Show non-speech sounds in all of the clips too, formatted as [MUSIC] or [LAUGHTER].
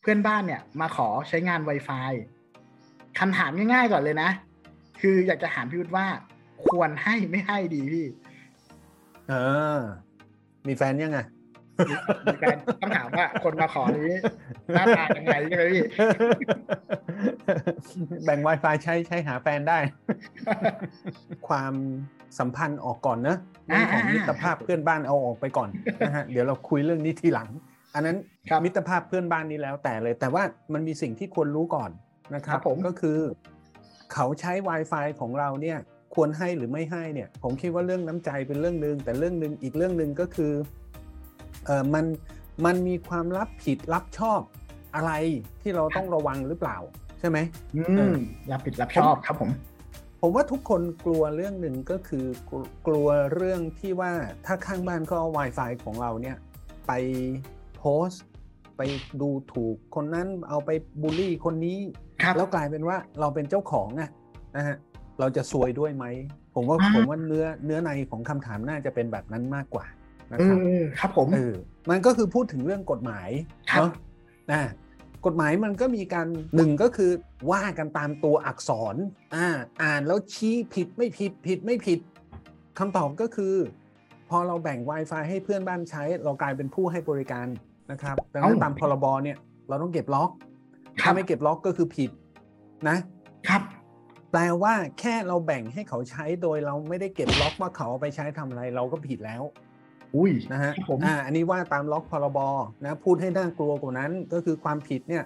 เพื่อนบ้านเนี่ย มาขอใช้งาน Wi-Fi คำถามง่ายๆก่อนเลยนะ คืออยากจะถามพี่วุฒิว่า ควรให้ไม่ให้ดีพี่ เออ มีแฟนยังไง มีการต้องถามว่าคนมาขอนี้หน้าตายังไงใช่ไหมพี่ [LAUGHS] แบ่ง Wi-Fi ใช้ใช้หาแฟนได้ ความสัมพันธ์ออกก่อนนะเรื่องของ อ่าอ่า มิตรภาพเพื่อนบ้านเอาออกไปก่อน [LAUGHS] นะฮะ เดี๋ยวเราคุยเรื่องนี้ทีหลัง อันนั้น ครับ มิตรภาพเพื่อนบ้านนี้แล้วแต่เลย แต่ว่ามันมีสิ่งที่ควรรู้ก่อนนะครับ ครับผม ก็คือ เขาใช้ Wi-Fi ของเราเนี่ยควรให้หรือไม่ให้เนี่ย ผมคิดว่าเรื่องน้ำใจเป็นเรื่องหนึ่งแต่เรื่องหนึ่งอีกเรื่องหนึ่งก็คือเออมันมันมีความรับผิดรับชอบอะไรที่เราต้องระวังหรือเปล่าใช่ไหม อืมรับผิดรับชอบครับผม ผมว่าทุกคนกลัวเรื่องหนึ่งก็คือกลัวกลัวเรื่องที่ว่าถ้าข้างบ้านก็เอา Wi-Fi ของเราเนี่ย ไปโพสต์ ไปดูถูกคนนั้นเอาไปบูลลี่คนนี้ ครับ แล้วกลายเป็นว่าเราเป็นเจ้าของอะนะฮะเราจะซวยด้วยไหม ผมว่า อ่า ผมว่าเนื้อเนื้อในของคำถามน่าจะเป็นแบบนั้นมากกว่านะ เอ คอครับรับผม เออมันก็คือพูดถึงเรื่องกฎหมาย ครับ เนาะนะกฎหมายมันก็มีการหนึ่งก็คือว่ากันตามตัวอักษรอ่าอ่านแล้วชี้ผิดไม่ผิดผิดไม่ผิดคำตอบก็คือ พอเราแบ่ง Wi-Fi ให้เพื่อนบ้านใช้ เรากลายเป็นผู้ให้บริการนะครับดังนั้นตามพรบเนี่ย เราต้องเก็บล็อก ค ถ้า รับ ไม่เก็บล็อกก็คือผิดนะ ครับ แปลว่าแค่เราแบ่งให้เขาใช้โดยเราไม่ได้เก็บล็อกว่าเขาเอาไปใช้ทำอะไรเราก็ผิดแล้ว อุ้ย นะฮะ ครับผม อ่าอันนี้ว่าตามล็อกพรบนะพูดให้น่ากลัวกว่านั้นก็คือความผิดเนี่ย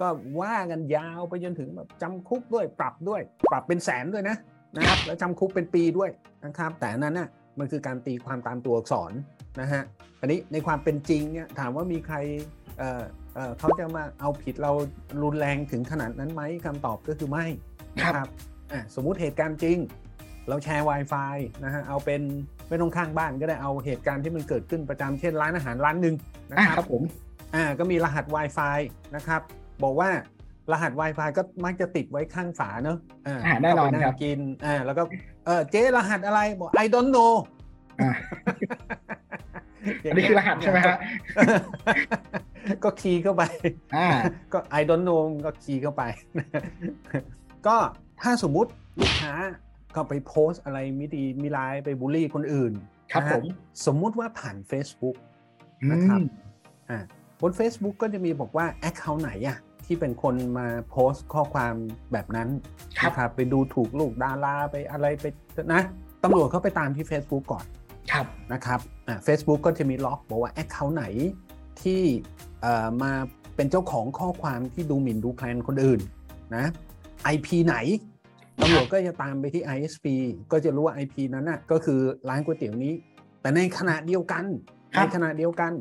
ก็ว่ากันยาวไปจนถึงแบบจำคุกด้วยปรับด้วย ปรับเป็นแสนด้วยนะนะครับแล้วจำคุกเป็นปีด้วยนะครับแต่อันนั้นน่ะมันคือการตีความตามตัวอักษรนะฮะอันนี้ในความเป็นจริงเนี่ยถามว่ามีใครเอ่อเอ่อเขาจะมาเอาผิดเรารุนแรงถึงขนาดนั้นไหมคำตอบก็คือไม่นะ ค ค รั รับ บอ่ะสมมุติเหตุการณ์จริง เราแชร์ Wi-Fi นะฮะ เอาเป็นไม่ต้องข้างบ้านก็ได้เอาเหตุการณ์ที่มันเกิดขึ้นประจำเช่นร้านอาหารร้านหนึ่งนะ อ่ะ ครั ครับผม อ่าก็มีรหัส Wi-Fi นะครับ บอกว่ารหัส Wi-Fi ก็มักจะติดไว้ข้างฝาเนอะอ่า อ่าแน่นอน เข้าไปง ครับ กินอ่าแล้วก็เออเจ๊รหัสอะไรบอก I don't know อ่า ย่า อันงเงี้ย นี้คือรหัสใช่ไหมฮะ ก็คีย์เข้าไป อ่า ก็ I don't know ก็คีย์เข้าไป [LAUGHS] ก็ถ้าสมมุติลูกค้าก็ไปโพสต์อะไรไม่ดีมีร้ายไปบูลลี่คนอื่น ครับ นะฮะ ผม สมมุติว่าผ่าน Facebook อืม นะครับ อ่าบน Facebook ก็จะมีบอกว่า Account ไหนอะที่เป็นคนมาโพสต์ข้อความแบบนั้น ครับ นะครับไปดูถูกลูกดาราไปอะไรไปนะตำรวจเขาไปตามที่ Facebook ก่อน ครับ นะครับอ่า Facebook ก็จะมีล็อกบอกว่า Account ไหนที่เอ่อมาเป็นเจ้าของข้อความที่ดูหมิ่นดูแคลนคนอื่นนะ IP ไหนตำรวจก็จะตามไปที่ ISP ก็จะรู้ว่า IP นั้นน่ะก็คือร้านก๋วยเตี๋ยวนี้ แต่ในขณะเดียวกัน ครั ใน บ ขณะเดียวกัน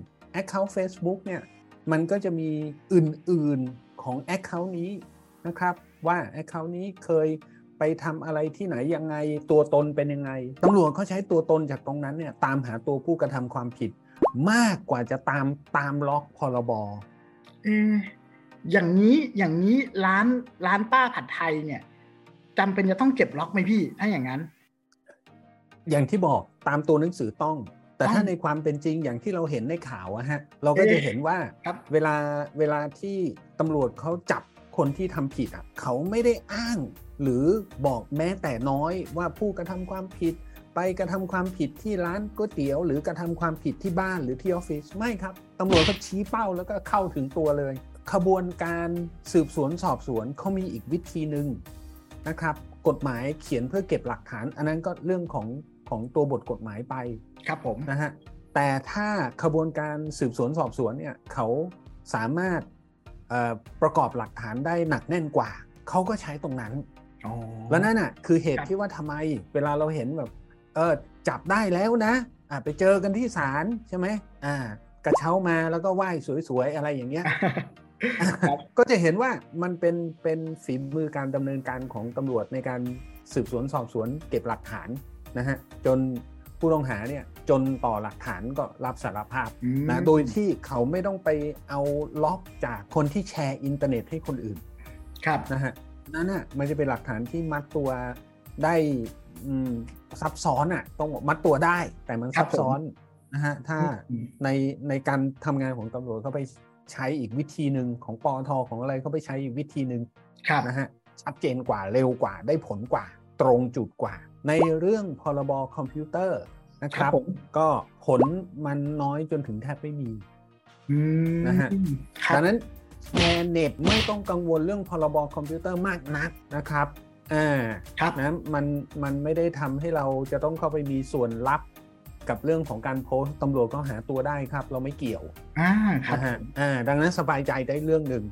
Account Facebook เนี่ยมันก็จะมีอื่นๆของ Account นี้นะครับ ว่า Account นี้เคย ไปทำอะไรที่ไหนยังไงตัวตนเป็นยังไงตำรวจเขาใช้ตัวตนจากตรงนั้นเนี่ยตามหาตัวผู้กระทำความผิด มากกว่าจะตามตามล็อกพรบ เอออย่างนี้อย่างนี้ร้านร้านป้าผัดไทยเนี่ยจำเป็นจะต้องเก็บล็อกไหมพี่ ถ้าอย่างนั้น อย่างที่บอกตามตัวหนังสือต้อง แต่ ต้อง ถ้าในความเป็นจริงอย่างที่เราเห็นในข่าวอะฮะเราก็ เอ๊ะ จะเห็นว่า ครับ เวลาเวลาที่ตำรวจเขาจับคนที่ทำผิดอ่ะเขาไม่ได้อ้าง หรือบอกแม้แต่น้อยว่าผู้กระทำความผิด ไปกระทำความผิดที่ร้านก๋วยเตี๋ยว หรือกระทำความผิดที่บ้านหรือที่ออฟฟิศไม่ครับตำรวจก็ชี้เป้าแล้วก็เข้าถึงตัวเลย ขบวนการสืบสวนสอบสวนเขามีอีกวิธีหนึ่งนะครับ กฎหมายเขียนเพื่อเก็บหลักฐาน อันนั้นก็เรื่องของของตัวบทกฎหมายไป ครับผม นะฮะแต่ถ้าขบวนการสืบสวนสอบสวนเนี่ยเขาสามารถเอ่อประกอบหลักฐานได้หนักแน่นกว่า เขาก็ใช้ตรงนั้น แล้วนั่นน่ะคือเหตุที่ว่าทำไมเวลาเราเห็นแบบเออจับได้แล้วนะอ่ะไปเจอกันที่ศาลใช่ไหมอ่ากระเช้ามาแล้วก็ไหว้สวยๆ อะไรอย่างเงี้ย ครับ ก็จะเห็นว่ามันเป็นเป็นฝีมือการดำเนินการของตำรวจในการสืบสวนสอบสวนเก็บหลักฐานนะฮะจนผู้ต้องหาเนี่ยจนต่อหลักฐานก็รับสารภาพ อืม นะโดยที่เขาไม่ต้องไปเอาล็อกจากคนที่แชร์อินเทอร์เน็ตให้คนอื่น ครับ นะฮะนั่นน่ะมันจะเป็นหลักฐานที่มัดตัวได้อืมซับซ้อนอ่ะต้องบอกมัดตัวได้ แต่มัน ครั ซั บบ ผม ซ้อนนะฮะถ้า ในในการทำงานของตำรวจเข้าไป ใช้อีกวิธีหนึ่งของปอทของอะไรเขาไปใช้อีกวิธีหนึ่ง ครับ นะฮะชัดเจนกว่าเร็วกว่าได้ผลกว่า ตรงจุดกว่า ในเรื่องพรบคอมพิวเตอร์นะค ครั รั บบ ผม ก็ผลมันน้อยจนถึงแทบไม่มี อืม นะฮะ ครับ ดังนั้นแชร์เน็ตไม่ต้องกังวลเรื่องพรบคอมพิวเตอร์มากนักนะครับอ่า ครับ นะมันมันไม่ได้ทำให้เราจะต้องเข้าไปมีส่วนลับกับเรื่องของการโพสต์ตำรวจก็หาตัวได้ครับ เราไม่เกี่ยว อ่าครับ นะฮะอ่าดังนั้นสบายใจได้เรื่องหนึ่ง